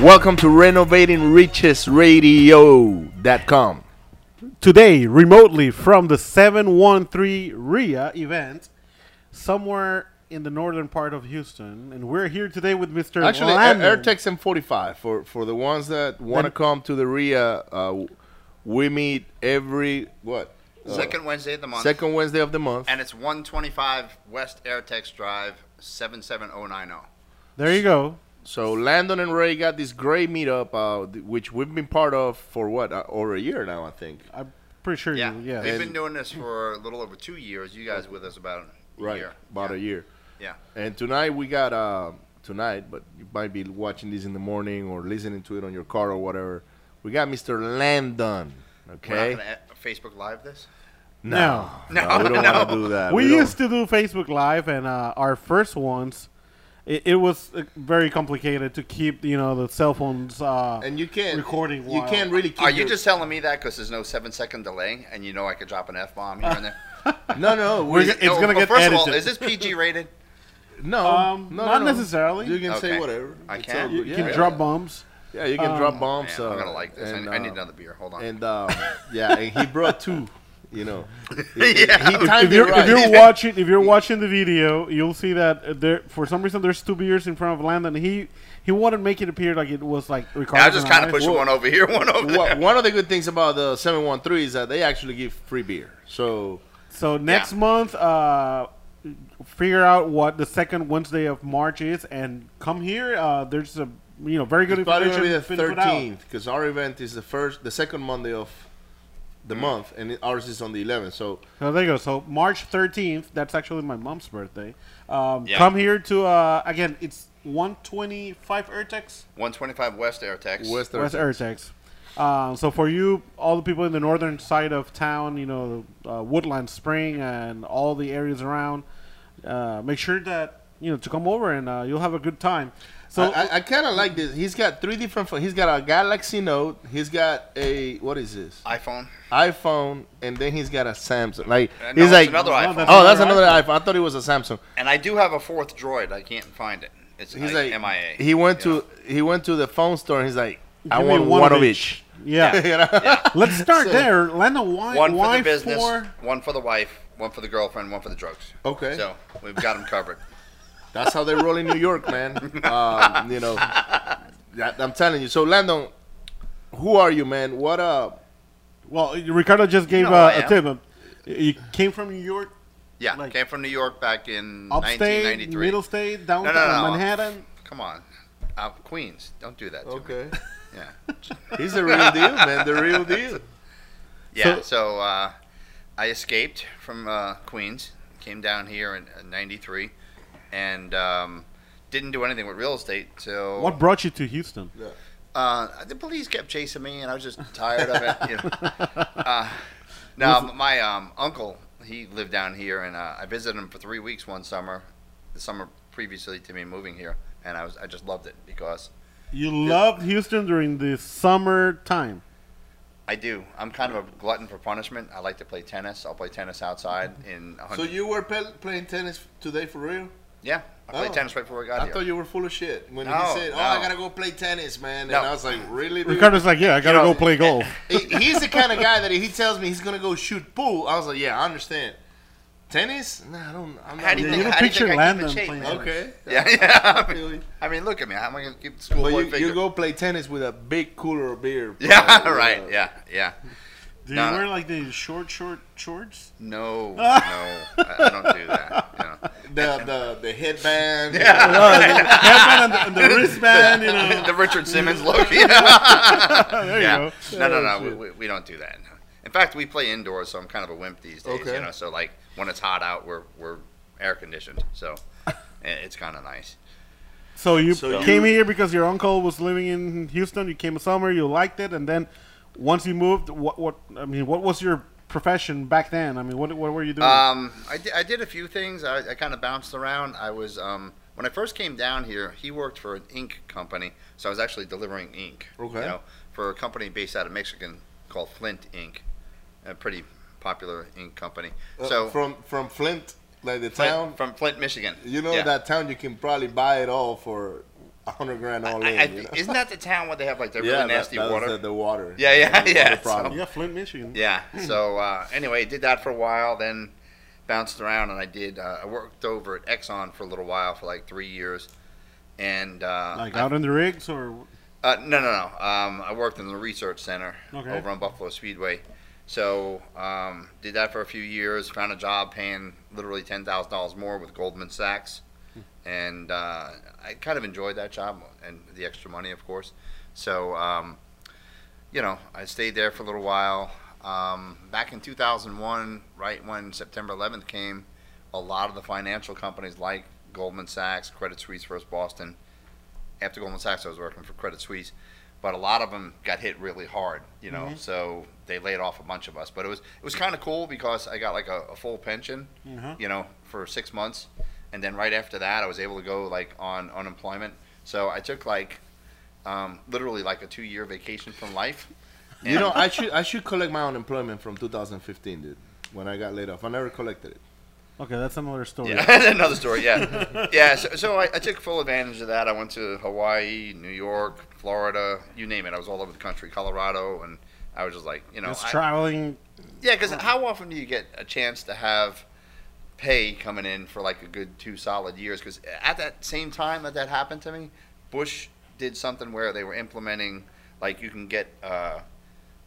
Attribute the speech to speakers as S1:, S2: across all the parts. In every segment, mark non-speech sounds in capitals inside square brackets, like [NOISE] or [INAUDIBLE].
S1: Welcome to RenovatingRichesRadio.com.
S2: Today, remotely from the 713 RIA event, somewhere in the northern part of Houston, and we're here today with Mr.
S1: Actually, Air,
S2: Landon.
S1: Air Tex M45 for for the ones that want to come to the RIA. Uh, we meet every what Uh,
S3: Second Wednesday of the month.
S1: second Wednesday of the month.
S3: And it's 125 West Airtex Drive, 77090.
S2: There you go.
S1: So Landon and Ray got this great meetup, uh, th- which we've been part of for what uh, over a year now, I think.
S2: I'm pretty sure
S3: Yeah.
S2: you, yeah.
S3: We've been doing this for a little over two years. You guys with us about a
S1: Right,
S3: year.
S1: about
S3: yeah.
S1: a year.
S3: Yeah.
S1: And tonight we got uh, tonight, but you might be watching this in the morning or listening to it on your car or whatever. We got Mr. Landon.
S3: We're
S1: Okay.
S3: not going to Facebook Live this?
S2: No.
S1: no,
S3: No,
S1: we don't
S3: no.
S1: want to do that.
S2: we
S1: don't-
S2: used to do Facebook Live, and uh, our first ones, it, it was uh, very complicated to keep, you know, the cell phones. Uh,
S1: and you can't
S2: recording
S1: You
S2: while-
S1: can't really. Keep
S3: Are you
S1: your-
S3: just telling me that because there's no seven second delay and you know I could drop an F bomb here and
S1: [LAUGHS]
S3: there?
S1: No, no,
S2: [LAUGHS]
S1: we,
S2: We're
S1: no,
S2: g- it's
S3: No,
S2: gonna
S3: but
S2: get
S3: First of all,
S2: edited.
S3: is this PG
S1: [LAUGHS]
S3: rated?
S1: no,
S2: Um,
S1: no,
S2: not
S1: no.
S2: necessarily.
S1: You can say
S3: Okay.
S1: whatever.
S3: I
S1: It's
S3: can?
S1: all
S2: you
S1: good.
S3: yeah,
S2: can
S1: yeah,
S2: drop
S1: yeah.
S2: bombs. Um,
S1: Yeah, you can drop bombs.
S3: Man, I'm
S1: uh,
S3: going to like this. I-
S1: and,
S3: I, need
S1: uh,
S3: another beer. Hold on.
S1: And [LAUGHS] um, yeah, and he brought two. You [LAUGHS] know, [LAUGHS]
S3: yeah.
S1: he timed
S2: if
S1: it
S2: you're,
S1: right.
S2: if you're
S1: [LAUGHS]
S2: watching if you're watching the video, you'll see that uh, there for some reason there's two beers in front of Landon. He he wanted to make it appear like it was like Ricardo.
S3: I was just kind of
S2: Morales.
S3: pushing one over here, [LAUGHS] one over
S1: Wha-
S3: there.
S1: one of the good things about the 713 is that they actually give free beer. So
S2: So next month, uh, figure out what the second Wednesday of March is and come here. Uh, there's a you know very good
S1: it's probably
S2: information.
S1: going to be the
S2: been put out.
S1: 13th because our event is the first, the second Monday of the month, and it- ours is on the 11th. So
S2: So there you go. So March 13th, that's actually my mom's birthday. Um,
S3: Yeah.
S2: Come here to uh, again. It's 125 Urtex.
S3: 125 West Airtex.
S1: West,
S2: West
S1: Thursday.
S2: Urtex. Uh, so for you, all the people in the northern side of town, you know, uh, Woodland Spring and all the areas around, uh, make sure that you know to come over and uh, you'll have a good time. So
S1: I, I, I kind of like this. He's got three different. pho- He's got a Galaxy Note. He's got a what is this?
S3: iPhone.
S1: iPhone, and then he's got a Samsung. Like
S3: Uh, no,
S1: he's
S3: it's
S1: like,
S3: another
S1: oh,
S3: iPhone.
S1: that's, another
S2: another
S1: [LAUGHS] iPhone. I thought it was a Samsung.
S3: And I do have a fourth droid. I can't find it. It's
S1: He's
S3: like,
S1: like,
S3: MIA.
S1: he went
S3: you know?
S1: to he went to the phone store. and He's like, I
S2: Give me
S1: want one, of each.
S2: yeah,
S1: [LAUGHS] You know? [LAUGHS]
S2: let's start there. Lena, why
S3: one
S2: why
S3: for the business,
S2: for-
S3: one for the wife, one for the girlfriend, one for the drugs.
S1: Okay.
S3: So we've got
S2: [LAUGHS]
S3: them covered.
S1: That's how they roll in New York,
S3: [LAUGHS]
S1: man. Um, you know, that, I'm telling you. So, Landon, who are you, man? What up?
S2: well, Ricardo just gave
S3: know who I
S2: uh, a
S3: am.
S2: tip. Uh, You came from New York,
S3: Yeah,
S2: Like-
S3: came from New York back in
S2: upstate,
S3: 1993.
S2: middle state, downtown
S3: no.
S2: Manhattan.
S3: Come on, uh, Queens, don't do that. To Me.
S1: Okay,
S2: [LAUGHS]
S3: Yeah,
S1: he's the real deal, man. The real deal.
S3: yeah.
S2: So-
S3: So, uh, I escaped from uh, Queens, came down here in '93, and um, didn't do anything with real estate. So
S2: What brought you to Houston?
S3: Uh, the police kept chasing me, and I was just tired of it.
S1: [LAUGHS]
S3: You know. uh, now, my um, uncle, he lived down here, and uh, I visited him for three weeks one summer, the summer previously to me moving here, and I was I just loved it because
S2: You loved Houston during the summer time.
S3: I do. I'm kind of a glutton for punishment. I like to play tennis. I'll play tennis outside in. a
S1: Mm-hmm. So
S3: hundred
S1: you were pe- playing tennis today for real?
S3: yeah, I played
S1: Oh.
S3: tennis right before I got
S1: I
S3: here.
S1: thought you were full of shit when he
S3: No,
S1: said, "Oh, I
S3: no.
S1: gotta go play tennis, man,"
S3: No.
S1: and I was like, "Really?" dude?"
S2: Ricardo's like, yeah, I gotta
S3: know,
S2: go [LAUGHS] play golf.
S1: He- he's the kind of guy that if he tells me he's gonna go shoot pool, I was like, "Yeah, I understand." Tennis? Nah, I don't. I'm not.
S3: how do you
S2: Yeah,
S3: think,
S2: you don't
S3: how do
S2: picture
S3: you think I keep in
S2: Landon
S3: shape,
S2: playing
S3: man? [LAUGHS]
S1: Okay.
S3: Yeah, yeah. I mean,
S1: Really?
S3: I mean, look at me. How am I going to keep
S1: But
S3: schoolboy
S1: you,
S3: figure?
S1: you go play tennis with a big cooler of beer.
S3: [LAUGHS]
S1: uh,
S3: yeah,
S1: probably, you
S3: right.
S1: know.
S3: Yeah, yeah.
S2: Do
S3: No,
S2: you
S3: no.
S2: wear like the short, short shorts?
S3: No, no, I, I don't do that. You know.
S1: The the the headband.
S2: [LAUGHS] Headband and [LAUGHS] the, and the wristband, you know.
S3: [LAUGHS] the Richard Simmons look. Yeah.
S2: [LAUGHS] There you
S3: yeah.
S2: go. Oh,
S3: No, no, no. We, we, we don't do that. In fact, we play indoors, so I'm kind of a wimp these days.
S1: Okay.
S3: You know, so like when it's hot out, we're we're air conditioned, so [LAUGHS] i- it's kind of nice.
S2: So you
S1: So you-
S2: came here because your uncle was living in Houston. You came summer, you liked it, and then once you moved, what? What? I mean, what was your profession back then? I mean, what? What were you
S1: Hmm.
S2: doing?
S3: Um, I did, I did a few things. I, I kind of bounced around. I was um, when I first came down here. He worked for an ink company, so I was actually delivering ink.
S1: Okay.
S3: You know, for a company based out of Michigan called Flint Ink, a pretty popular ink company.
S1: Uh,
S3: so
S1: from from Flint, like the
S3: Flint-
S1: town.
S3: from Flint, Michigan.
S1: You know
S3: Yeah.
S1: that town you can probably buy it all for a hundred grand all
S3: I,
S1: in.
S3: I,
S1: you know?
S3: isn't that the town where they have like the
S1: yeah,
S3: really nasty
S1: that, that was
S3: water?
S1: The, the water.
S3: Yeah, yeah,
S1: The
S3: yeah,
S1: water problem.
S2: Yeah, Flint, Michigan.
S3: Yeah.
S1: Hmm.
S3: So uh, anyway, did that for a while, then bounced around, and I did. Uh, I worked over at Exxon for a little while, for like three years, and uh,
S2: Like
S3: I-
S2: out in the rigs or
S3: uh, no, no, no. Um, I worked in the research center
S2: Okay.
S3: over on Buffalo Speedway. So um, did that for a few years. Found a job paying literally ten thousand dollars more with Goldman Sachs, and uh, I kind of enjoyed that job and the extra money, of course. So um, you know, I stayed there for a little while. Um, back in 2001, right when September 11th came, a lot of the financial companies like Goldman Sachs, Credit Suisse, First Boston. After Goldman Sachs, I was working for Credit Suisse, but a lot of them got hit really hard. You know, so they laid off a bunch of us. But it was it was kind of cool because I got like a, a full pension,
S2: Mhm.
S3: you know, for six months, and then right after that, I was able to go like on unemployment. So I took like um, literally like a two-year vacation from life.
S1: You know, I should I should collect my unemployment from 2015, dude. When I got laid off, I never collected it.
S2: okay, that's another story.
S3: Oh, Yeah, [LAUGHS] another story. [LAUGHS] Yeah, yeah. So, so I, I took full advantage of that. I went to Hawaii, New York, Florida, you name it. I was all over the country, Colorado, and I was just like, you know,
S2: It's
S3: I-
S2: traveling.
S3: yeah.
S1: Uh-huh.
S3: Because how often do you get a chance to have pay coming in for like a good two solid years? Because at that same time that that happened to me, Bush did something where they were implementing like you can get. Uh,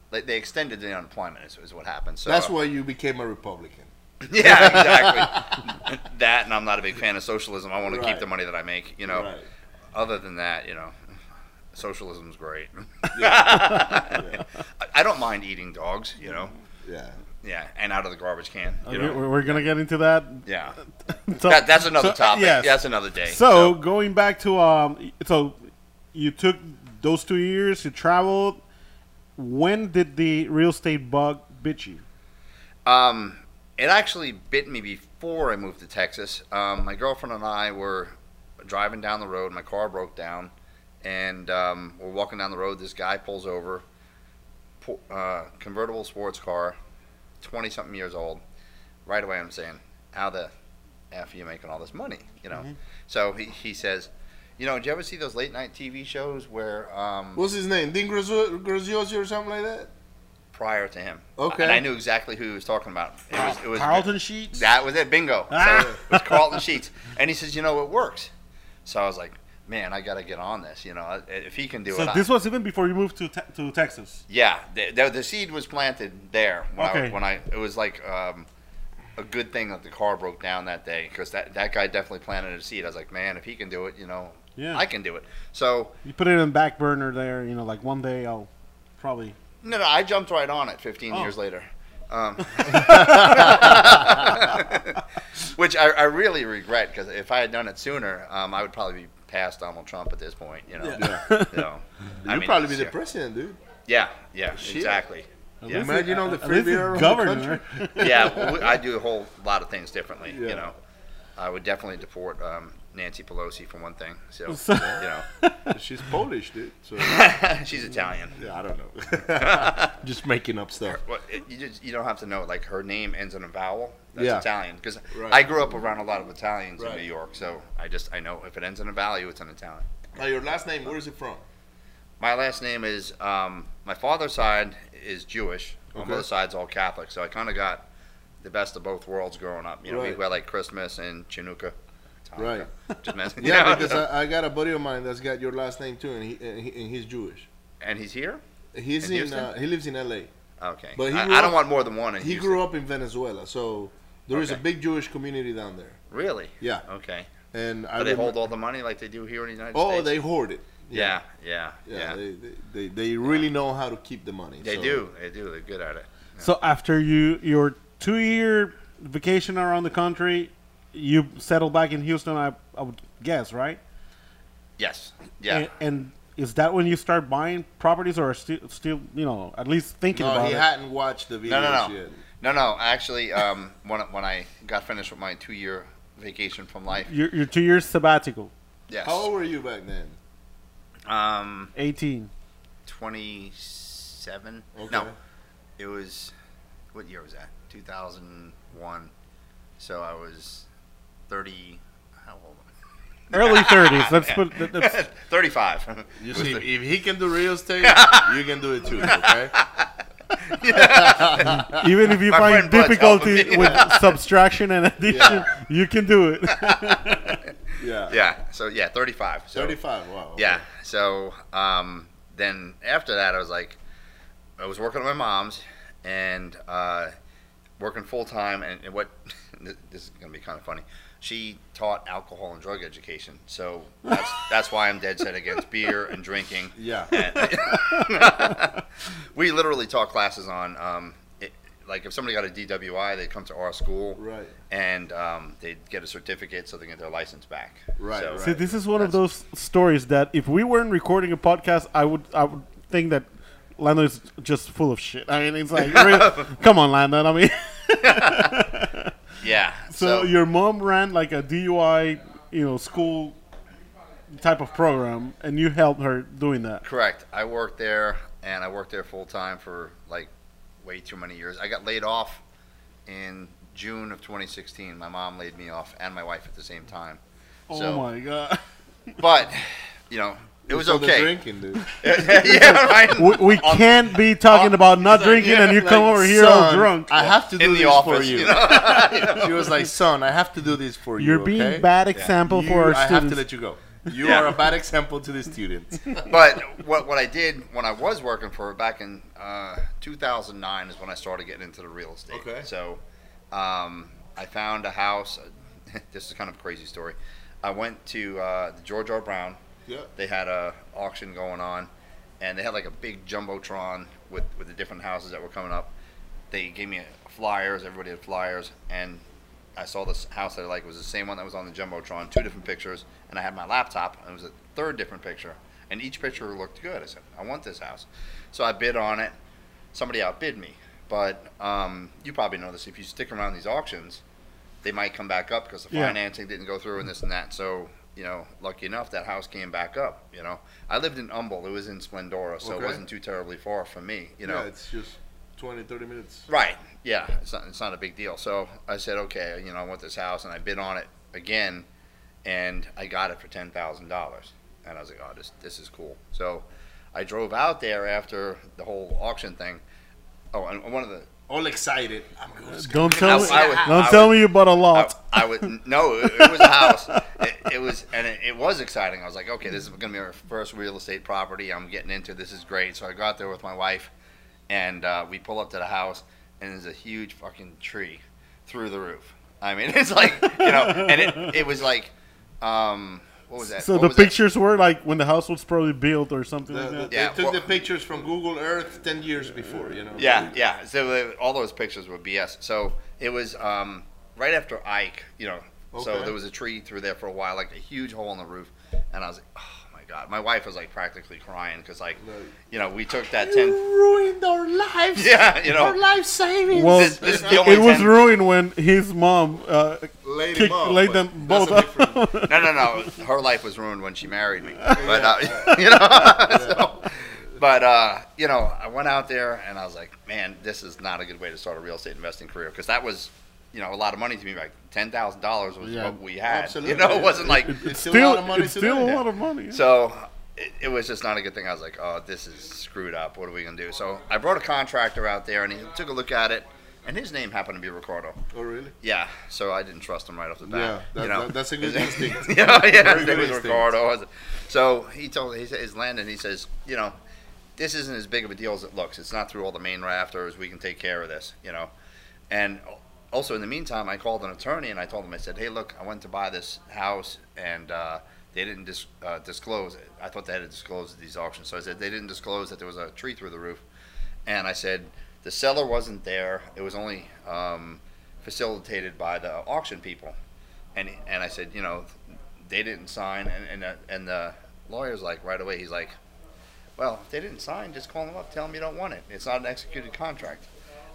S3: they- they extended the unemployment is, is what happened. So
S1: That's why you became a Republican.
S3: [LAUGHS] yeah,
S1: [LAUGHS]
S3: exactly. that, and I'm not a big fan of socialism. I want to keep
S1: Right.
S3: the money that I make. You know,
S1: Right.
S3: other than that, you know, socialism's great. [LAUGHS]
S1: Yeah.
S3: I- I don't mind eating dogs. You know,
S1: yeah.
S3: yeah, and out of the garbage can. You
S2: Okay,
S3: know,
S2: we're, we're gonna get into that.
S3: yeah.
S2: So-
S3: That, that's another
S2: so, uh,
S3: topic.
S2: yes.
S3: That's another day.
S2: So going back to um, so you took those two years, you traveled. When did the real estate bug bit you?
S3: Um, it actually bit me before I moved to Texas. Um, my girlfriend and I were driving down the road. My car broke down, and um, we're walking down the road. This guy pulls over, po- uh, convertible sports car, twenty something years old. Right away, I'm saying, "How the f are you making all this money?" You
S2: Mm-hmm.
S3: know. So he, he says, "You know, did you ever see those late night TV shows where um,
S1: What's his name? Dean Grazio- Graziosi or something like that?
S3: prior to him?"
S1: Okay.
S3: And I knew exactly who he was talking about. It was, it was
S2: Carlton Sheets.
S3: That was it, bingo.
S2: Ah.
S3: So it was Carlton Sheets. And he says, you know, it works. So I was like, man, I got to get on this. You know, I- if he can do
S2: so
S3: it. I-
S2: this was even before you moved to te- to Texas.
S3: yeah, the, the, the seed was planted there when,
S2: Okay.
S3: I, when I, it was like um, a good thing that the car broke down that day because that, that guy definitely planted a seed. I was like, man, if he can do it, you know,
S2: Yeah.
S3: I can do it. So,
S2: You put it in back burner there. You know, like one day I'll probably.
S3: no, no, I jumped right on it 15
S2: Oh.
S3: years later.
S1: [LAUGHS]
S3: Um, which I, I really regret because if I had done it sooner, um, I would probably be past Donald Trump at this point. You know, you
S1: [LAUGHS]
S3: know. I
S1: You'd
S3: mean,
S1: probably be the
S3: yeah.
S1: president, dude.
S3: Yeah, yeah,
S1: Shit. [LAUGHS]
S3: exactly. Yeah.
S2: least
S1: Imagine all the
S2: At
S1: free
S2: least the
S1: beer around the
S2: governor.
S3: yeah, well, we- I do a whole lot of things differently.
S1: Yeah.
S3: You know, I would definitely deport um, Nancy Pelosi for one thing.
S1: [LAUGHS]
S3: So,
S2: So-
S3: you
S1: She's Polish, dude. So [LAUGHS]
S3: know, [LAUGHS] she's Italian.
S1: yeah, I
S3: [LAUGHS]
S1: don't know. Just making up stuff.
S3: Well, it, you just you don't have to know. Like her name ends in a vowel. That's
S1: Yeah.
S3: Italian. Because
S1: Right.
S3: I grew up around a lot of Italians
S1: Right.
S3: in New York, so I just I know if it ends in a vowel, it's an Italian.
S1: Now, your last name, where is it from?
S3: My last name is um, my father's side is Jewish. My
S1: Okay.
S3: mother's side's all Catholic, so I kind of got the best of both worlds growing up. You know,
S1: Right.
S3: we had like Christmas and Chinooka.
S1: Right.
S3: [LAUGHS] Just
S1: [LAUGHS]
S3: messing.
S1: Yeah,
S3: Yeah,
S1: because I, I got a buddy of mine that's got your last name too, and he and, he, and he's Jewish.
S3: and he's here.
S1: He's
S3: In
S1: in,
S3: Houston?
S1: uh, he lives in L.A.
S3: Okay,
S1: But he
S3: I,
S1: grew
S3: I don't
S1: up-
S3: want more than one. In
S1: He
S3: Houston.
S1: grew up in Venezuela, so there is
S3: Okay.
S1: a big Jewish community down there.
S3: really.
S1: Yeah,
S3: Okay,
S1: and I
S3: do they
S1: remem-
S3: hold all the money like they do here in the United
S1: Oh,
S3: States?
S1: they hoard it.
S3: Yeah, yeah,
S1: yeah.
S3: yeah.
S1: They, they, they, they really know how to keep the money.
S3: They
S1: so-
S3: do. They do. They're good at it.
S2: So after you your two year vacation around the country, you settled back in Houston. I, I would guess, right?
S3: Yes. Yeah.
S2: And, and is that when you start buying properties, or still, still you know, at least thinking
S1: No,
S2: about
S1: uh, he
S2: it?
S1: hadn't watched the videos
S3: no, no, no,
S1: yet.
S3: no, no. Actually, um, when when I got finished with my two-year vacation from life,
S2: your, your two years sabbatical,
S3: yes.
S1: How old were you back then?
S3: Um,
S2: eighteen.
S3: 27.
S1: Okay.
S3: No, it was, what year was that? 2001. So I was 30. How old? am
S2: early 30s. Let's put that-
S3: [LAUGHS]
S2: that's,
S1: [LAUGHS]
S3: 35.
S1: You see, if he can do real
S3: [LAUGHS]
S1: estate, you can do it too. Okay.
S2: even if you
S3: My
S2: find
S3: friend Bud's
S2: difficulty
S3: helping me.
S2: with subtraction
S3: [LAUGHS]
S2: and addition, you can do it.
S1: Yeah.
S3: [LAUGHS] Yeah. So, yeah, 35. So,
S1: Thirty-five. Wow. okay.
S3: Yeah. So um, then after that, I was like, I was working at my mom's and uh, working full time. And, and what [LAUGHS] this is going to be kind of funny. She taught alcohol and drug education, so
S1: [LAUGHS]
S3: that's, that's why I'm dead set against beer and drinking. [LAUGHS]
S1: Yeah.
S3: We literally taught classes on, um, it, like, if somebody got a DWI, they'd come to our school,
S1: Right.
S3: And um, they'd get a certificate, so they get their license back.
S1: Right,
S3: So-
S1: right.
S2: See, this is one of those stories that if we weren't recording a podcast, I would I would think that Lando is just full of shit. I mean, it's like,
S3: [LAUGHS]
S2: really- come on, Lando. I mean,
S3: Yeah.
S2: so, your mom ran like a DUI, you know, school type of program, and you helped her doing that.
S3: Correct. I worked there, and I worked there full time for like way too many years. I got laid off in June of 2016. My mom laid me off, and my wife at the same time.
S2: Oh
S3: So,
S2: my god.
S3: but you know, it was
S1: So the
S3: okay.
S1: Drinking, [LAUGHS] dude.
S3: [LAUGHS] yeah, right.
S1: [LAUGHS]
S2: We, we can't be talking about not drinking and you come over here all
S1: "Son,
S2: drunk.
S1: I have to do
S3: in the
S1: this for
S3: office,
S1: you.
S3: you know? [LAUGHS]
S1: She was like, "Son, I have to do this for you."
S2: You're being
S1: okay?
S2: bad example
S1: You-
S2: for our
S1: I have
S2: students.
S1: to let
S3: [LAUGHS]
S1: you go. You
S3: Yeah.
S1: are a bad example to the students.
S3: but what what I did when I was working for her back in uh, 2009 is when I started getting into the real estate.
S1: Okay.
S3: So um, I found a house. [LAUGHS] this is kind of a crazy story. I went to uh, the George R. Brown.
S1: Yeah.
S3: They had a auction going on, and they had like a big jumbotron with with the different houses that were coming up. They gave me flyers. Everybody had flyers, and I saw this house that I like. It was the same one that was on the jumbotron. Two different pictures, and I had my laptop, and it was a third different picture, and each picture looked good. I said, I want this house, so I bid on it. Somebody outbid me, but um, you probably know this. If you stick around these auctions, they might come back up because the
S2: Yeah.
S3: financing didn't go through and this and that. So, you know, lucky enough, that house came back up. You know, I lived in Humble. It was in Splendora, so
S1: Okay.
S3: it wasn't too terribly far from me. You know,
S1: Yeah, it's just 20, 30 minutes.
S3: Right. Yeah. It's not, it's not a big deal. So I said, okay, you know, I want this house, and I bid on it again, and I got it for ten thousand dollars, and I was like, oh, this this is cool. So I drove out there after the whole auction thing. Oh, and one of the
S1: All excited. I'm going to
S2: Don't tell
S3: I-
S2: me.
S3: I would-
S2: don't
S3: I
S2: tell
S3: would-
S2: me you bought a
S3: I,
S2: lot.
S3: I was no, it, it was a house. It, it was and it, it was exciting. I was like, okay, this is gonna be our first real estate property. I'm getting into this is great. So I go out there with my wife, and uh, we pull up to the house, and there's a huge fucking tree through the roof. I mean, [LAUGHS] it's like you know, and it it was like, um, what was that?
S2: so
S3: What
S2: the
S3: was that?
S2: pictures were like when the house was probably built or something like that.
S1: They
S3: Yeah,
S1: took
S3: well-
S1: the pictures from Google Earth 10 years before, you know?
S3: Yeah, yeah. So uh, all those pictures were BS. So it was um, right after Ike, you know. So
S1: Okay.
S3: there was a tree through there for a while, like a huge hole in the roof, and I was like, oh my god. My wife was like practically crying because like,
S1: Right.
S3: you know, we took that ten. [LAUGHS]
S1: ruined our lives.
S3: Yeah, you know.
S1: life savings.
S2: Well,
S3: This- this is the only
S2: it was
S3: 10
S2: ruined when his mom uh,
S1: Laid
S2: kicked,
S1: them up,
S2: laid
S1: but
S2: them
S1: that's
S2: both
S1: a
S2: up. [LAUGHS]
S1: different-
S3: No, no, no. Her life was ruined when she married me. But uh, [LAUGHS] you know, so, but uh, you know, I went out there and I was like, man, this is not a good way to start a real estate investing career because that was. You know, a lot of money to me. Like ten thousand dollars was
S2: Yeah,
S3: what we had.
S1: absolutely.
S3: You know, it
S1: [LAUGHS]
S3: wasn't like
S1: It's still, a
S2: Still,
S1: lot of money
S2: it's
S1: to
S2: still
S1: do.
S2: a lot of money.
S3: So it, it was just not a good thing. I was like, oh, this is screwed up. What are we going to do? So I brought a contractor out there and he took a look at it. And his name happened to be Ricardo.
S1: Oh, really?
S3: Yeah, so I didn't trust him right off the bat.
S1: Yeah, that-
S3: you know?
S1: that- that's a good instinct.
S3: [LAUGHS] yeah, yeah,
S1: Very
S3: his
S1: good
S3: name was
S1: instinct.
S3: Ricardo. I was- So he told he says Landon. He says, you know, this isn't as big of a deal as it looks. It's not through all the main rafters. We can take care of this, you know. And also in the meantime, I called an attorney and I told him I said, hey, look, I went to buy this house and uh, they didn't dis- uh, disclose. It. I thought they had to disclose at these auctions. So I said they didn't disclose that there was a tree through the roof, and I said the seller wasn't there. It was only um, facilitated by the auction people and and I said, you know, they didn't sign, and and, uh, and the lawyer's like right away, he's like, well, if they didn't sign, just call them up, tell them you don't want it. It's not an executed contract.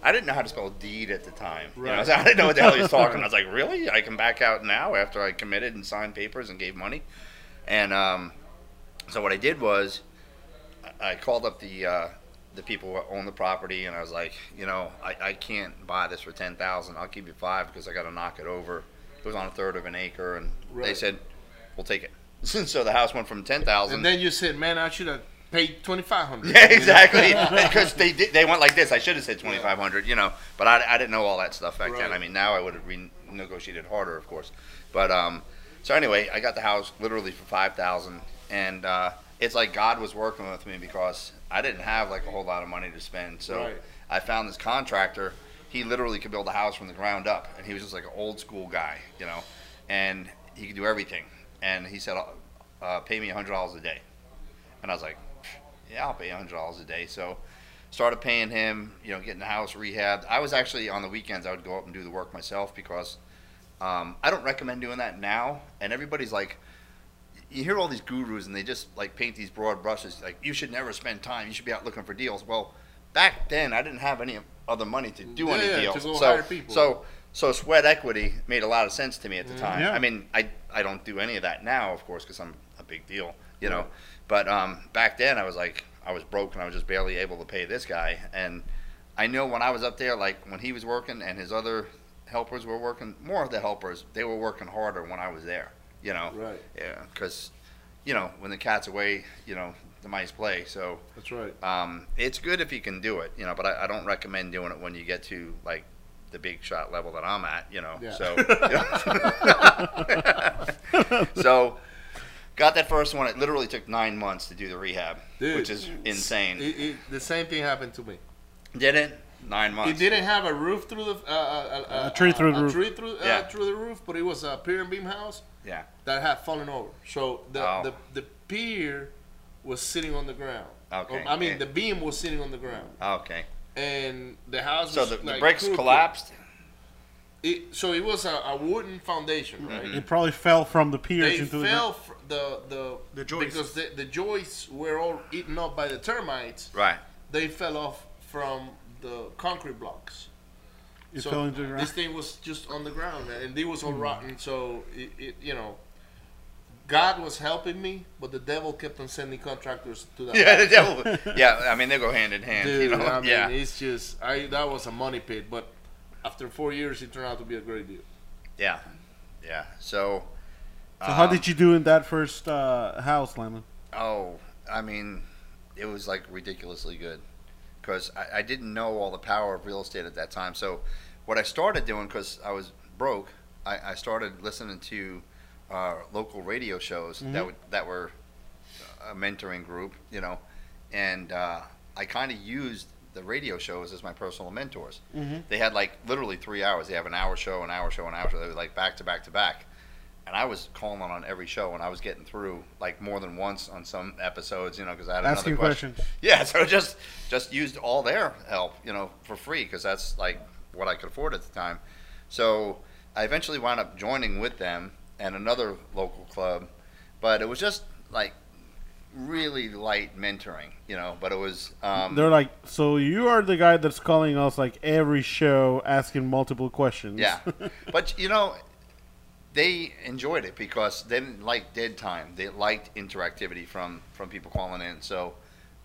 S3: I didn't know how to spell deed at the time. You know, [LAUGHS]
S1: Right.
S3: so I didn't know what the hell he was talking. I was like, really? I can back out now after I committed and signed papers and gave money, and um, so what I did was, I- I called up the uh, the people who own the property, and I was like, you know, I, I can't buy this for ten thousand. I'll give you five because I got to knock it over. It was on a third of an acre, and they
S1: Right.
S3: said, we'll take it. [LAUGHS] so the house went from ten
S1: And
S3: thousand.
S1: then you said, man, I should have paid twenty five hundred.
S3: [LAUGHS] Yeah,
S1: [LAUGHS]
S3: exactly. Because they did, they went like this. I should have said twenty five hundred, you know. But I, I didn't know all that stuff back
S1: Right.
S3: then. I mean, now I would have renegotiated harder, of course. But um, so anyway, I got the house literally for five thousand, and uh, it's like God was working with me because I didn't have like a whole lot of money to spend. So
S1: Right.
S3: I found this contractor. He literally could build a house from the ground up, and he was just like an old school guy, you know, and he could do everything. And he said, uh, "Pay me hundred dollars a day." And I was like, yeah, I'll pay hundred dollars a day. So started paying him, you know, getting the house rehabbed. I was actually on the weekends I would go up and do the work myself because um, I don't recommend doing that now. And everybody's like, you hear all these gurus and they just like paint these broad brushes. Like you should never spend time. You should be out looking for deals. Well, back then I didn't have any other money to do any
S1: Yeah, to
S3: deals.
S1: go
S3: so
S1: hire people.
S3: so so sweat equity made a lot of sense to me at the time.
S2: Yeah.
S3: I mean, I I don't do any of that now, of course, because I'm a big deal, you know. But um, back then, I was like, I was broke and I was just barely able to pay this guy. And I know when I was up there, like when he was working and his other helpers were working, more of the helpers, they were working harder when I was there, you know.
S1: Right.
S3: Yeah, because you know when the cat's away, you know the mice play. So
S1: That's right.
S3: um, it's good if you can do it, you know, but I, I don't recommend doing it when you get to like the big shot level that I'm at, you know.
S1: Yeah. [LAUGHS]
S3: So, so got that first one. It literally took nine months to do the rehab,
S1: Dude.
S3: which is insane.
S1: It, it, the same thing happened to me.
S3: did it? Nine months.
S1: It didn't have a roof through the uh, uh, uh,
S2: A tree through the
S1: a
S2: roof.
S1: tree through, uh,
S3: Yeah.
S1: through the roof, but it was a pier and beam house
S3: Yeah.
S1: that had fallen over. So the
S3: Oh.
S1: the, the pier was sitting on the ground.
S3: Okay.
S1: I mean,
S3: Yeah.
S1: the beam was sitting on the ground,
S3: Okay.
S1: and the house.
S3: So
S1: was
S3: the, the
S1: like
S3: bricks
S1: crooked.
S3: collapsed.
S1: It, so it was a, a wooden foundation,
S3: Mm-hmm.
S1: right?
S2: It probably fell from the piers
S1: They
S2: into
S1: fell fr- the the
S4: The joists.
S1: because the, the joists were all eaten up by the termites. [LAUGHS]
S3: Right.
S1: They fell off from the concrete blocks.
S2: the. It fell into the ground.
S1: This thing was just on the ground, and it was
S2: Hmm.
S1: all rotten. So it, it, you know, God was helping me, but the devil kept on sending contractors to that.
S3: [LAUGHS] Yeah. The devil. yeah. I mean, they go hand in hand.
S1: Dude,
S3: you know?
S1: I mean,
S3: yeah.
S1: it's just I that was a money pit, but after four years, it turned out to be a great deal.
S3: yeah. Yeah. So. uh,
S2: so how did you do in that first uh, house, Landon?
S3: Oh, I mean, it was like ridiculously good because I, I didn't know all the power of real estate at that time. So, what I started doing because I was broke, I, I started listening to uh, local radio shows that would, that were a mentoring group, you know, and uh, I kind of used the radio shows as my personal mentors. They had like literally three hours. They have an hour show, an hour show, an hour show. They were like back to back to back. And I was calling on every show, and I was getting through like more than once on some episodes, you know, because I had
S2: Asking
S3: another question.
S2: questions.
S3: Yeah, [LAUGHS] so just just used all their help, you know, for free because that's like what I could afford at the time. So I eventually wound up joining with them and another local club, but it was just like really light mentoring, you know. But it was um,
S2: They're like, so you are the guy that's calling us like every show, asking multiple questions. [LAUGHS]
S3: Yeah, but you know, they enjoyed it because they didn't like dead time. They liked interactivity from from people calling in. So,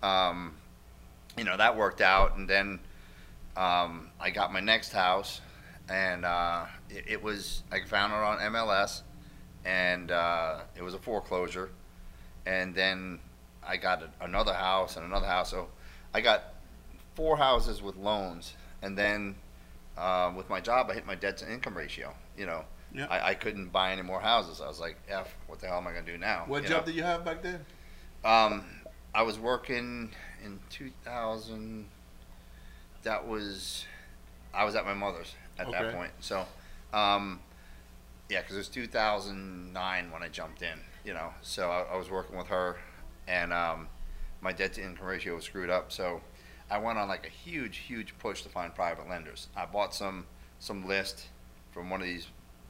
S3: um, you know, that worked out. And then um, I got my next house, and uh, it, it was I found it on MLS, and uh, it was a foreclosure, and then I got a, another house and another house. So I got four houses with loans, and then um, with my job, I hit my debt to income ratio. You know,
S2: Yeah.
S3: I, I couldn't buy any more houses. I was like, F, what the hell am I going to do now?
S1: What
S3: You
S1: job
S3: know?
S1: did you have back then?
S3: Um, I was working in 2000. That was, I was at my mother's at that
S1: Okay.
S3: point. So, um, yeah, because it was 2009 when I jumped in, you know. So I, I was working with her, and um, my debt to income ratio was screwed up. So I went on like a huge, huge push to find private lenders. I bought some some list from one of these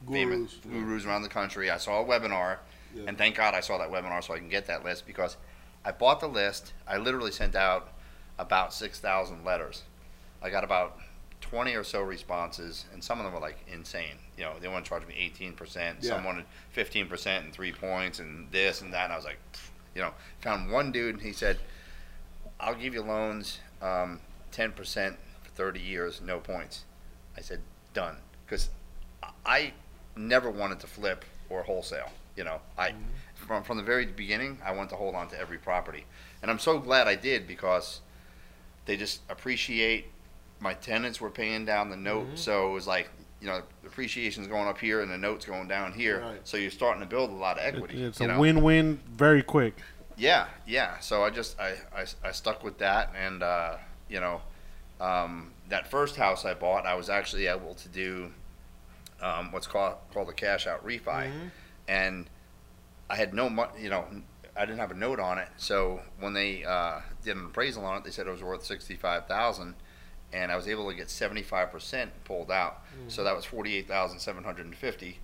S3: famous
S1: Gurus.
S3: gurus around the country. I saw a webinar,
S1: Yeah.
S3: and thank God I saw that webinar so I can get that list because I bought the list. I literally sent out about 6,000 letters. I got about 20 or so responses, and some of them were like insane. You know, they want to charge me 18%, some
S1: Yeah.
S3: wanted 15% and three points, and this and that. And I was like, pfft, you know, found one dude, and he said, I'll give you loans um, 10% for 30 years, no points. I said, done. Because I never wanted to flip or wholesale. You know, I from from the very beginning, I wanted to hold on to every property, and I'm so glad I did because they just appreciate my tenants were paying down the note, so it was like you know the appreciation's going up here and the note's going down here,
S1: Right.
S3: so you're starting to build a lot of
S2: It-
S3: equity.
S2: it's
S3: you
S2: a
S3: know?
S2: win-win very quick.
S3: Yeah, yeah. So I just I, I, I stuck with that, and uh, you know, um, that first house I bought, I was actually able to do um, what's called called a cash out refi, and I had no money. You know, I didn't have a note on it. So when they uh, did an appraisal on it, they said it was worth sixty five thousand, and I was able to get seventy five percent pulled out. So that was forty eight thousand seven hundred and fifty.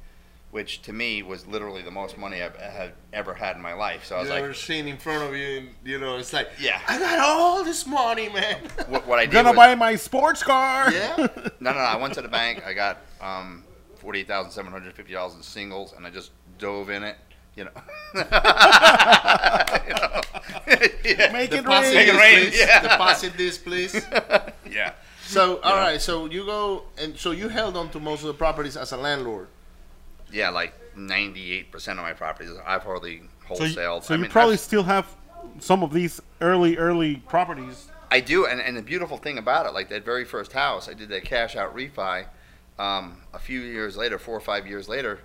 S3: Which to me was literally the most money I've had ever had in my life. So I was
S1: You've
S3: like,
S1: ever seen in front of you, and, you know, it's like,
S3: Yeah.
S1: I got all this money, man.
S3: [LAUGHS] what, what I did
S2: Gonna
S3: was,
S2: buy my sports car.
S1: yeah.
S3: no, no, no. I went to the bank. I got um, forty-eight thousand seven hundred fifty dollars in singles, and I just dove in it. You know, [LAUGHS] You know? [LAUGHS] yeah.
S2: [LAUGHS] Make it
S1: Deposit
S2: rain.
S3: Make it
S1: this,
S3: rain,
S1: please.
S3: yeah.
S1: Deposit this, please.
S3: yeah,
S1: So, all right. So you go, and so you held on to most of the properties as a landlord.
S3: yeah. Like ninety-eight percent of my properties, I've hardly
S2: So you,
S3: wholesaled.
S2: so
S3: I
S2: you
S3: mean,
S2: probably
S3: I've-
S2: still have some of these early, early properties.
S3: I do, and, and the beautiful thing about it, like that very first house, I did that cash out refi. Um, a few years later, four or five years later,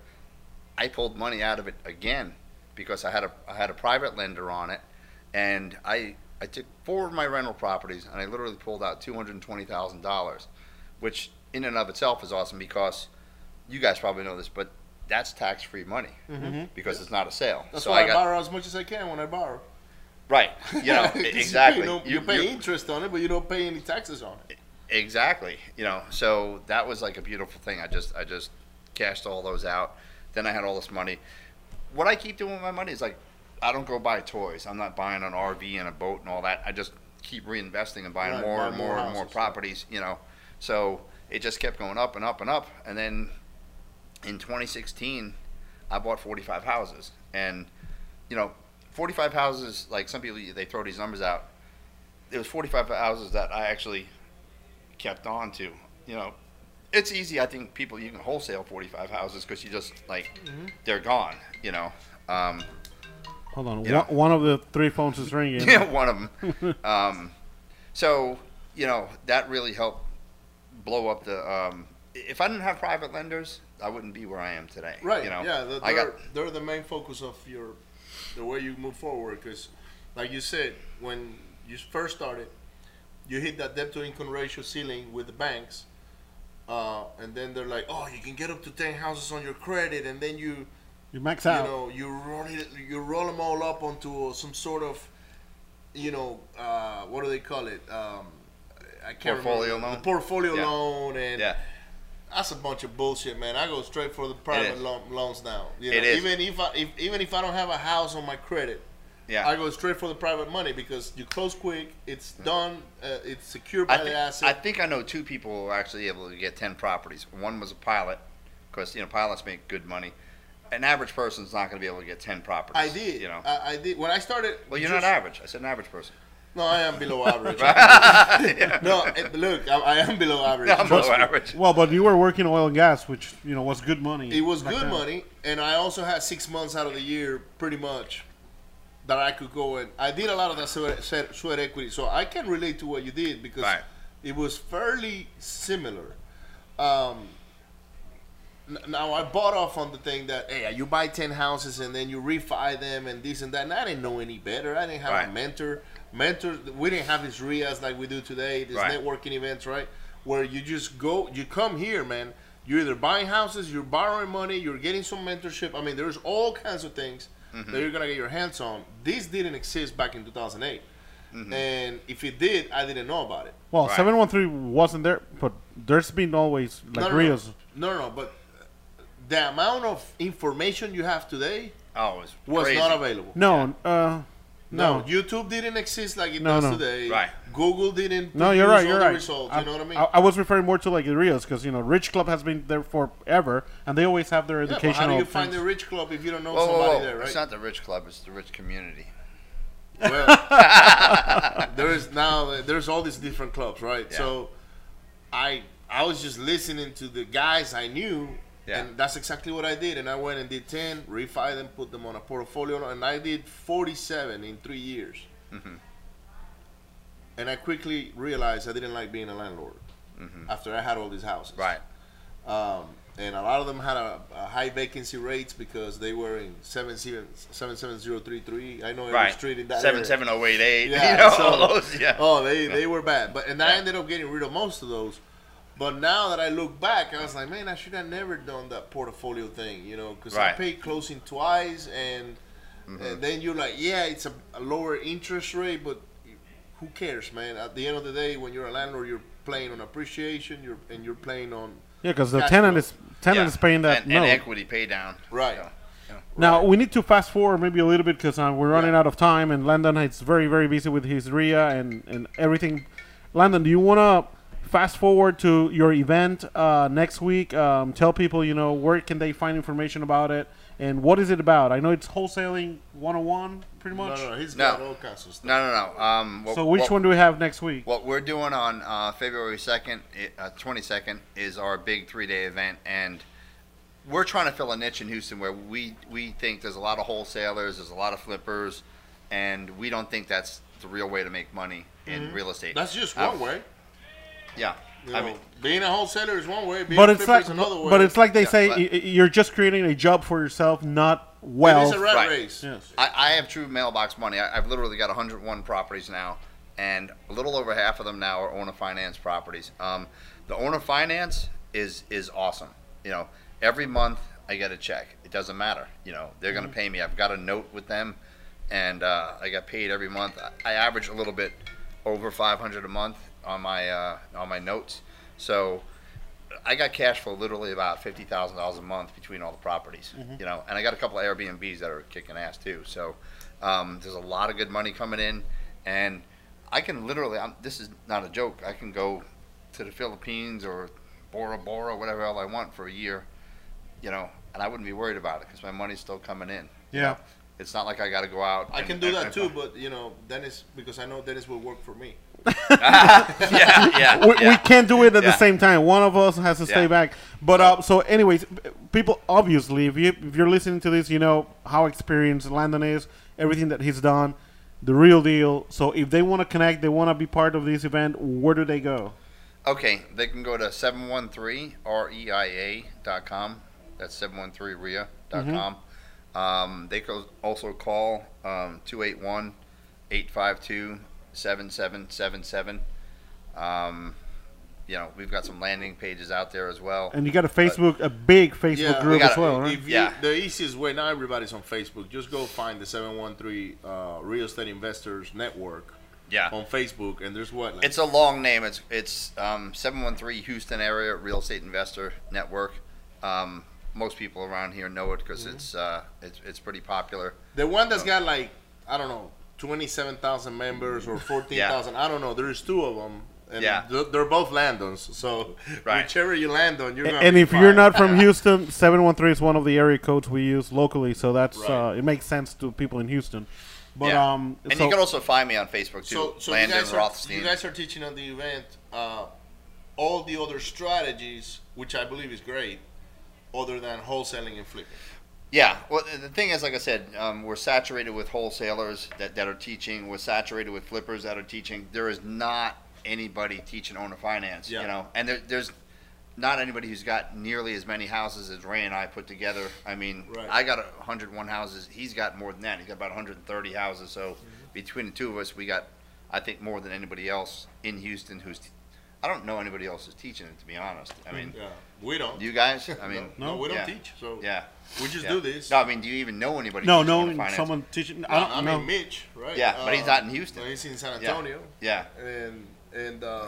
S3: I pulled money out of it again because I had a I had a private lender on it, and I I took four of my rental properties and I literally pulled out two hundred twenty thousand dollars, which in and of itself is awesome because you guys probably know this, but that's tax free money because it's not a sale.
S1: Mm-hmm. That's
S3: so
S1: why I,
S3: I got
S1: borrow as much as I can when I borrow.
S3: right, [LAUGHS] you
S1: [LAUGHS]
S3: know e-
S1: 'Cause you pay
S3: exactly.
S1: no- you,
S3: You-
S1: pay
S3: you-
S1: interest on it, but you don't pay any taxes on it.
S3: Exactly. You know, so that was like a beautiful thing. I just I just cashed all those out. Then I had all this money. What I keep doing with my money is like I don't go buy toys. I'm not buying an RV and a boat and all that. I just keep reinvesting and buying
S1: Right,
S3: more
S1: buy
S3: and
S1: more
S3: more and more
S1: houses.
S3: properties, you know. So it just kept going up and up and up and then in 2016 I bought 45 houses and you know 45 houses like some people they throw these numbers out there was 45 houses that I actually kept on to. You know, it's easy. I think people you can wholesale 45 houses because you just like
S1: Mm-hmm.
S3: they're gone. You know, um, [LAUGHS]
S2: Hold on,
S3: Yeah.
S2: one, one of the three phones is
S3: [LAUGHS]
S2: ringing.
S3: one of
S1: [LAUGHS]
S3: them. um, so you know that really helped blow up the. Um, if I didn't have private lenders, I wouldn't be where I am today.
S1: Right.
S3: You know,
S1: yeah. They're,
S3: I got
S1: they're the main focus of your the way you move forward. Because, like you said, when you first started, you hit that debt to income ratio ceiling with the banks, uh, and then they're like, "Oh, you can get up to ten houses on your credit," and then you
S2: You max
S1: you
S2: out.
S1: know you roll it, you roll them all up onto some sort of you know uh, what do they call it um, I can't
S3: Portfolio
S1: remember.
S3: loan?
S1: The portfolio
S3: Yeah.
S1: loan and
S3: yeah.
S1: that's a bunch of bullshit man I go straight for the private
S3: is.
S1: loan, loans now you know,
S3: It is.
S1: even if I if, even if I don't have a house on my credit
S3: Yeah.
S1: I go straight for the private money because you close quick it's done uh, it's secured by
S3: I,
S1: the
S3: thi-
S1: asset
S3: I think I know two people who were actually able to get 10 properties. One was a pilot, because, you know, pilots make good money. An average person's not going to be able to get 10 properties.
S1: I did.
S3: You know.
S1: I, I did. When I started.
S3: well, you're
S1: just-
S3: not average. I said an average person.
S1: No, I am
S3: [LAUGHS]
S1: below average.
S3: Yeah.
S1: no, eh, look, I, I am below
S3: [LAUGHS]
S1: average.
S3: I'm below
S1: Trust me.
S3: average.
S2: Well, but you were working oil and gas, which you know was good money.
S1: It was
S2: back
S1: good
S2: then.
S1: money, and I also had six months out of the year, pretty much, that I could go and I did a lot of that sweat, sweat, sweat equity, so I can relate to what you did because
S3: Right.
S1: it was fairly similar. Um, n- now I bought off on the thing that hey, you buy ten houses and then you refi them and this and that, and I didn't know any better. I didn't have a
S3: Right.
S1: mentor. Mentors, we didn't have these RIAs like we do today. These
S3: Right.
S1: networking events, right? Where you just go, you come here, man. You're either buying houses, you're borrowing money, you're getting some mentorship. I mean, there's all kinds of things
S3: Mm-hmm.
S1: that you're gonna get your hands on. This didn't exist back in 2008,
S3: Mm-hmm.
S1: and if it did, I didn't know about it.
S2: Well,
S3: Right.
S2: seven one three wasn't there, but there's been always like
S1: no, no,
S2: Rios.
S1: no, no, no, but the amount of information you have today
S3: Oh, it was,
S1: was
S3: crazy.
S1: not available.
S2: No, uh, no.
S1: No, YouTube didn't exist like it
S2: No,
S1: does
S2: no.
S1: today.
S3: Right.
S1: Google didn't.
S2: No, you're right.
S1: produce all
S2: You're
S1: the
S2: right.
S1: Results,
S2: I,
S1: you know what I mean?
S2: I, was referring more to like the Rios because you know Rich Club has been there forever, and they always have their
S1: yeah, but
S2: educational.
S1: how do you find
S2: things.
S1: the rich club if you don't know
S3: Whoa, whoa,
S1: somebody
S3: whoa.
S1: there, right?
S3: It's not the rich club. It's the rich community.
S1: Well,
S3: [LAUGHS]
S1: [LAUGHS] there is now there's all these different clubs, right?
S3: Yeah.
S1: So I I was just listening to the guys I knew
S3: Yeah.
S1: And that's exactly what I did. And I went and did 10, refi them, put them on a portfolio, and I did 47 in three years.
S3: Mm-hmm.
S1: And I quickly realized I didn't like being a landlord after I had all these houses.
S3: Mm-hmm. Right.
S1: Um, and a lot of them had a, a high vacancy rates because they were in 77033. I know every
S3: Right.
S1: street in that
S3: Seven
S1: area.
S3: seven oh eight eight.
S1: Yeah,
S3: [LAUGHS] You know,
S1: so-
S3: all those, yeah.
S1: Oh, they, they were bad. But and I
S3: Yeah.
S1: ended up getting rid of most of those. But now that I look back, I was like, man, I should have never done that portfolio thing, you know, because I
S3: Right. Mm-hmm.
S1: paid closing twice, and, and then you're like, yeah, it's a, a lower interest rate, but who cares, man? At the end of the day, when you're a landlord, you're playing on appreciation, you're and you're playing on
S2: Yeah, because the
S1: Cash
S2: tenant
S1: flow.
S2: is tenant
S3: Yeah.
S2: is paying that
S3: and,
S2: note.
S3: and equity pay down.
S1: Right.
S3: So,
S2: Now we need to fast forward maybe a little bit because uh, we're running out of time, and Landon is very very busy with his RIA and and everything. Landon, do you want to fast forward to your event uh, next week? Um, tell people you know where can they find information about it and what is it about? I know it's wholesaling 101 pretty
S1: No,
S2: much.
S1: no, he's
S3: No.
S1: got all kinds of stuff.
S3: no, no, no. Um, what,
S2: So which
S3: what-
S2: one do we have next week?
S3: What we're doing on uh, February 2nd, uh, 22nd, is our big three day event. And we're trying to fill a niche in Houston where we, we think there's a lot of wholesalers, there's a lot of flippers, and we don't think that's the real way to make money in real estate.
S1: Mm-hmm. That's just
S3: Uh,
S1: one way.
S3: Yeah.
S1: You
S3: I
S1: know,
S3: mean,
S1: being a wholesaler is one way. Being
S2: But
S1: a
S2: it's
S1: flipper
S2: like
S1: is another way.
S2: but it's like they
S3: Yeah,
S2: say
S3: but-
S2: y- y- you're just creating a job for yourself, not
S1: it
S2: wealth.
S1: is a rat
S3: Right.
S1: race.
S2: Yes.
S3: I, I have true mailbox money. I, I've literally got 101 properties now, and a little over half of them now are owner finance properties. Um, the owner finance is is awesome. You know, every month I get a check. It doesn't matter. You know, they're going to pay me. I've got a note with them, and uh, I got paid every month. I, I average a little bit over 500 a month on my uh, on my notes. So I got cash flow literally about fifty thousand dollars a month between all the properties,
S2: Mm-hmm.
S3: you know, and I got a couple of Airbnbs that are kicking ass too. So um, there's a lot of good money coming in, and I can literally, I'm, this is not a joke. I can go to the Philippines or Bora Bora, whatever hell I want for a year, you know, and I wouldn't be worried about it because my money's still coming in.
S2: Yeah.
S3: It's not like I got to go out.
S1: I
S3: and-
S1: can do
S3: and-
S1: that
S3: and-
S1: too, but you know, Dennis, because I know Dennis will work for me. [LAUGHS]
S3: yeah, yeah,
S2: we, we
S3: yeah.
S2: can't do it at the
S3: Yeah.
S2: same time. One of us has to stay
S3: Yeah.
S2: back. But uh, so, anyways, p- people, obviously, if you if you're listening to this, you know how experienced Landon is, everything that he's done, the real deal. So, if they want to connect, they want to be part of this event. Where do they go?
S3: Okay, they can go to E 713reia.com. That's 713ria.com. E dot com. Um, they can also call um, 281 852 7777. Um, You know, we've got some landing pages out there as well.
S2: And you got a Facebook, a big Facebook
S1: Yeah,
S2: group
S3: we
S2: as
S3: gotta-
S2: well, right?
S1: If you,
S3: Yeah.
S1: The easiest way now, everybody's on Facebook. Just go find the 713 uh, Real Estate Investors Network
S3: yeah.
S1: on Facebook, and there's what like
S3: It's a long name. It's it's um, 713 Houston Area Real Estate Investor Network. Um, most people around here know it because it's, uh, it's it's pretty popular.
S1: the one that's got like I don't know, 27,000 members
S3: [LAUGHS]
S1: or 14,000. I don't know. There's two of them. And
S3: Yeah.
S1: th- they're both Landons, so
S3: [LAUGHS] Right.
S1: whichever you land on, you're
S2: A-
S1: gonna.
S2: and
S1: be
S2: if you're
S1: fine.
S2: not from
S3: [LAUGHS]
S2: Houston, 713 is one of the area codes we use locally, so that's
S1: Right.
S2: uh, it makes sense to people in Houston. But
S3: Yeah.
S2: um,
S3: And
S2: so-
S3: you can also find me on Facebook too,
S1: so, so you
S3: Landon
S1: guys, are,
S3: Rothstein.
S1: you guys are teaching on the event uh, all the other strategies, which I believe is great, other than wholesaling and flipping.
S3: yeah. Well, the thing is, like I said, um, we're saturated with wholesalers that, that are teaching. We're saturated with flippers that are teaching. There is not anybody teaching owner finance.
S1: Yeah.
S3: You know, and there, there's not anybody who's got nearly as many houses as Ray and I put together. I mean,
S1: Right.
S3: I got 101 houses. He's got more than that. He's got about 130 houses. So
S1: Mm-hmm.
S3: between the two of us, we got, I think, more than anybody else in Houston who's. T- I don't know anybody else who's teaching it, to be honest. I mean,
S1: Yeah, we don't.
S3: you guys. I mean,
S1: no, we don't
S3: yeah.
S1: teach. So
S3: Yeah.
S1: we just
S3: yeah.
S1: do this.
S3: No, I mean, do you even know anybody?
S2: no,
S3: who's doing
S2: no,
S3: finance?
S2: someone teaching.
S1: I,
S2: I don't know.
S1: mean Mitch, right? Uh,
S3: Yeah, but he's not in Houston.
S1: no, he's in San
S3: Yeah.
S1: Antonio,
S3: Yeah,
S1: and and uh,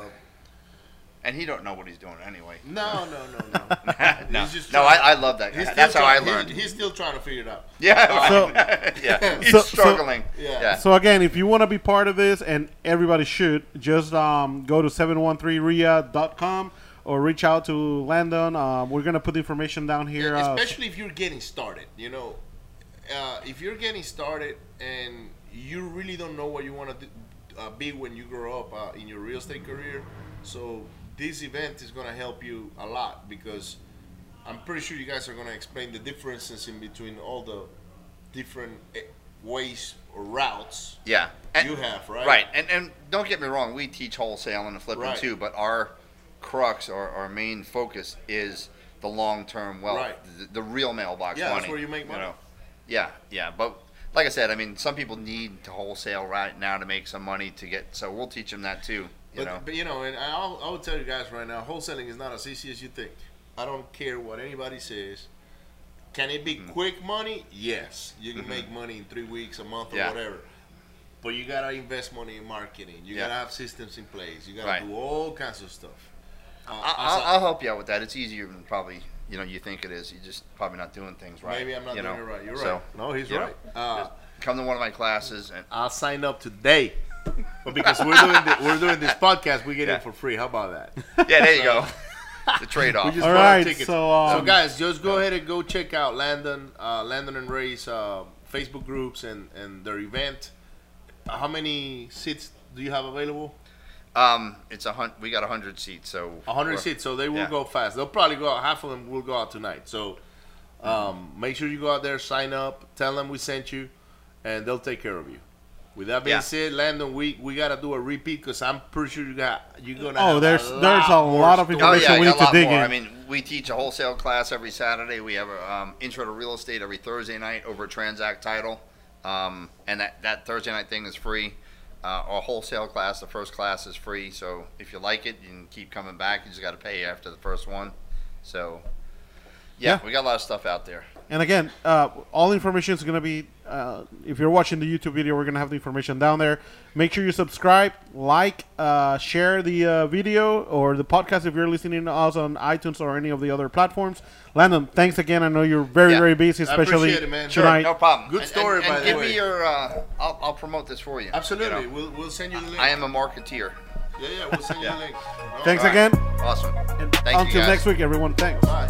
S3: and he don't know what he's doing anyway. [LAUGHS]
S1: no, no, no, no.
S3: no,
S1: He's just
S3: no,
S1: trying-
S3: I, I love that
S1: He's
S3: guy.
S1: still
S3: That's how I
S1: trying-
S3: learned.
S1: He's, he's still trying to figure it out.
S3: yeah, right.
S2: So-
S3: [LAUGHS] yeah, he's
S2: So- so-
S3: struggling.
S1: Yeah.
S3: yeah.
S2: So again, if you want to be part of this, and everybody should, just um, go to 713ria.com or reach out to Landon. Um, we're gonna put the information down here. uh,
S1: especially if you're getting started you know uh, if you're getting started and you really don't know what you want to uh, be when you grow up uh, in your real estate career so this event is going to help you a lot because I'm pretty sure you guys are gonna explain the differences in between all the different eh, ways or routes
S3: Yeah. And-
S1: you have, right?
S3: Right. And and don't get me wrong, we teach wholesaling and flipping
S1: Right.
S3: too, but our crux, our, our main focus is the long term wealth,
S1: Right.
S3: the, the real mailbox
S1: Yeah,
S3: money.
S1: that's where you make money.
S3: Yeah, yeah. But like I said, I mean, some people need to wholesale right now to make some money to get, so we'll teach them that too, you
S1: But,
S3: know.
S1: but you know, and I'll, I'll tell you guys right now, wholesaling is not as easy as you think. I don't care what anybody says. Can it
S3: Mm-hmm.
S1: be quick money? Yes, you can make money in three weeks, a month, or
S3: Yeah.
S1: whatever. But you gotta invest money in marketing. You
S3: Yeah.
S1: gotta have systems in place. You gotta
S3: Right.
S1: do all kinds of stuff. Uh,
S3: I,
S1: as
S3: I'll,
S1: a-
S3: I'll help you out with that. It's easier than probably you know you think it is. You're just probably not doing things right.
S1: maybe I'm not
S3: you
S1: doing
S3: know?
S1: it right. You're
S3: So,
S1: right. No, he's
S3: you know,
S1: right. Uh,
S3: Come to one of my classes and
S1: I'll sign up today. But because we're doing the, we're doing this
S3: [LAUGHS]
S1: podcast, we get
S3: Yeah.
S1: it for free. How about that? [LAUGHS]
S3: yeah, there you go. the trade off.
S1: We just
S2: All
S1: bought our
S2: right,
S1: tickets.
S2: so,
S1: so
S2: um,
S1: guys, just go ahead and go check out Landon, uh, Landon and Ray's uh, Facebook groups and and their event. How many seats do you have available?
S3: Um, it's a hun. We got a hundred seats, so
S1: A hundred
S3: we're-
S1: seats, so they will
S3: yeah.
S1: go fast. They'll probably go out. Half of them will go out tonight. So um, make sure you go out there, sign up, tell them we sent you, and they'll take care of you. With that being
S3: Yeah.
S1: said, Landon, we, we gotta do a repeat because I'm pretty sure you got you're gonna.
S2: Oh,
S1: have
S2: there's-
S1: a
S2: there's
S1: lot
S2: a
S1: more
S2: lot of
S1: stories.
S2: information.
S3: Oh
S2: Make sure
S3: yeah,
S2: we
S3: we a
S2: need to
S3: lot
S2: dig
S3: more.
S2: in.
S3: I mean, we teach a wholesale class every Saturday. We have a um, intro to real estate every Thursday night over at Transact Title, um, and that that Thursday night thing is free. Uh, our wholesale class, the first class is free, so if you like it, you can keep coming back. You just got to pay after the first one. So, yeah,
S2: Yeah.
S3: we got a lot of stuff out there.
S2: And again, uh, all information is going to be, uh, if you're watching the YouTube video, we're going to have the information down there. Make sure you subscribe, like, uh, share the uh, video or the podcast if you're listening to us on iTunes or any of the other platforms. Landon, thanks again. I know you're very,
S3: Yeah.
S2: very busy,
S1: I
S2: especially
S1: appreciate it, man. Sure,
S2: tonight.
S3: No problem.
S1: Good
S3: And-
S1: story,
S3: and, and,
S1: by the
S3: give
S1: way.
S3: me your. Uh, I'll, I'll promote this for you. you know.
S1: Absolutely, we'll, we'll send you the link.
S3: I am a marketeer.
S1: Yeah, yeah, we'll send you
S3: Yeah.
S1: the link.
S2: Thanks
S1: All right.
S2: again.
S3: Awesome.
S2: And
S3: Thank you,
S2: until
S3: guys.
S2: next week, everyone. Thanks.
S1: Bye.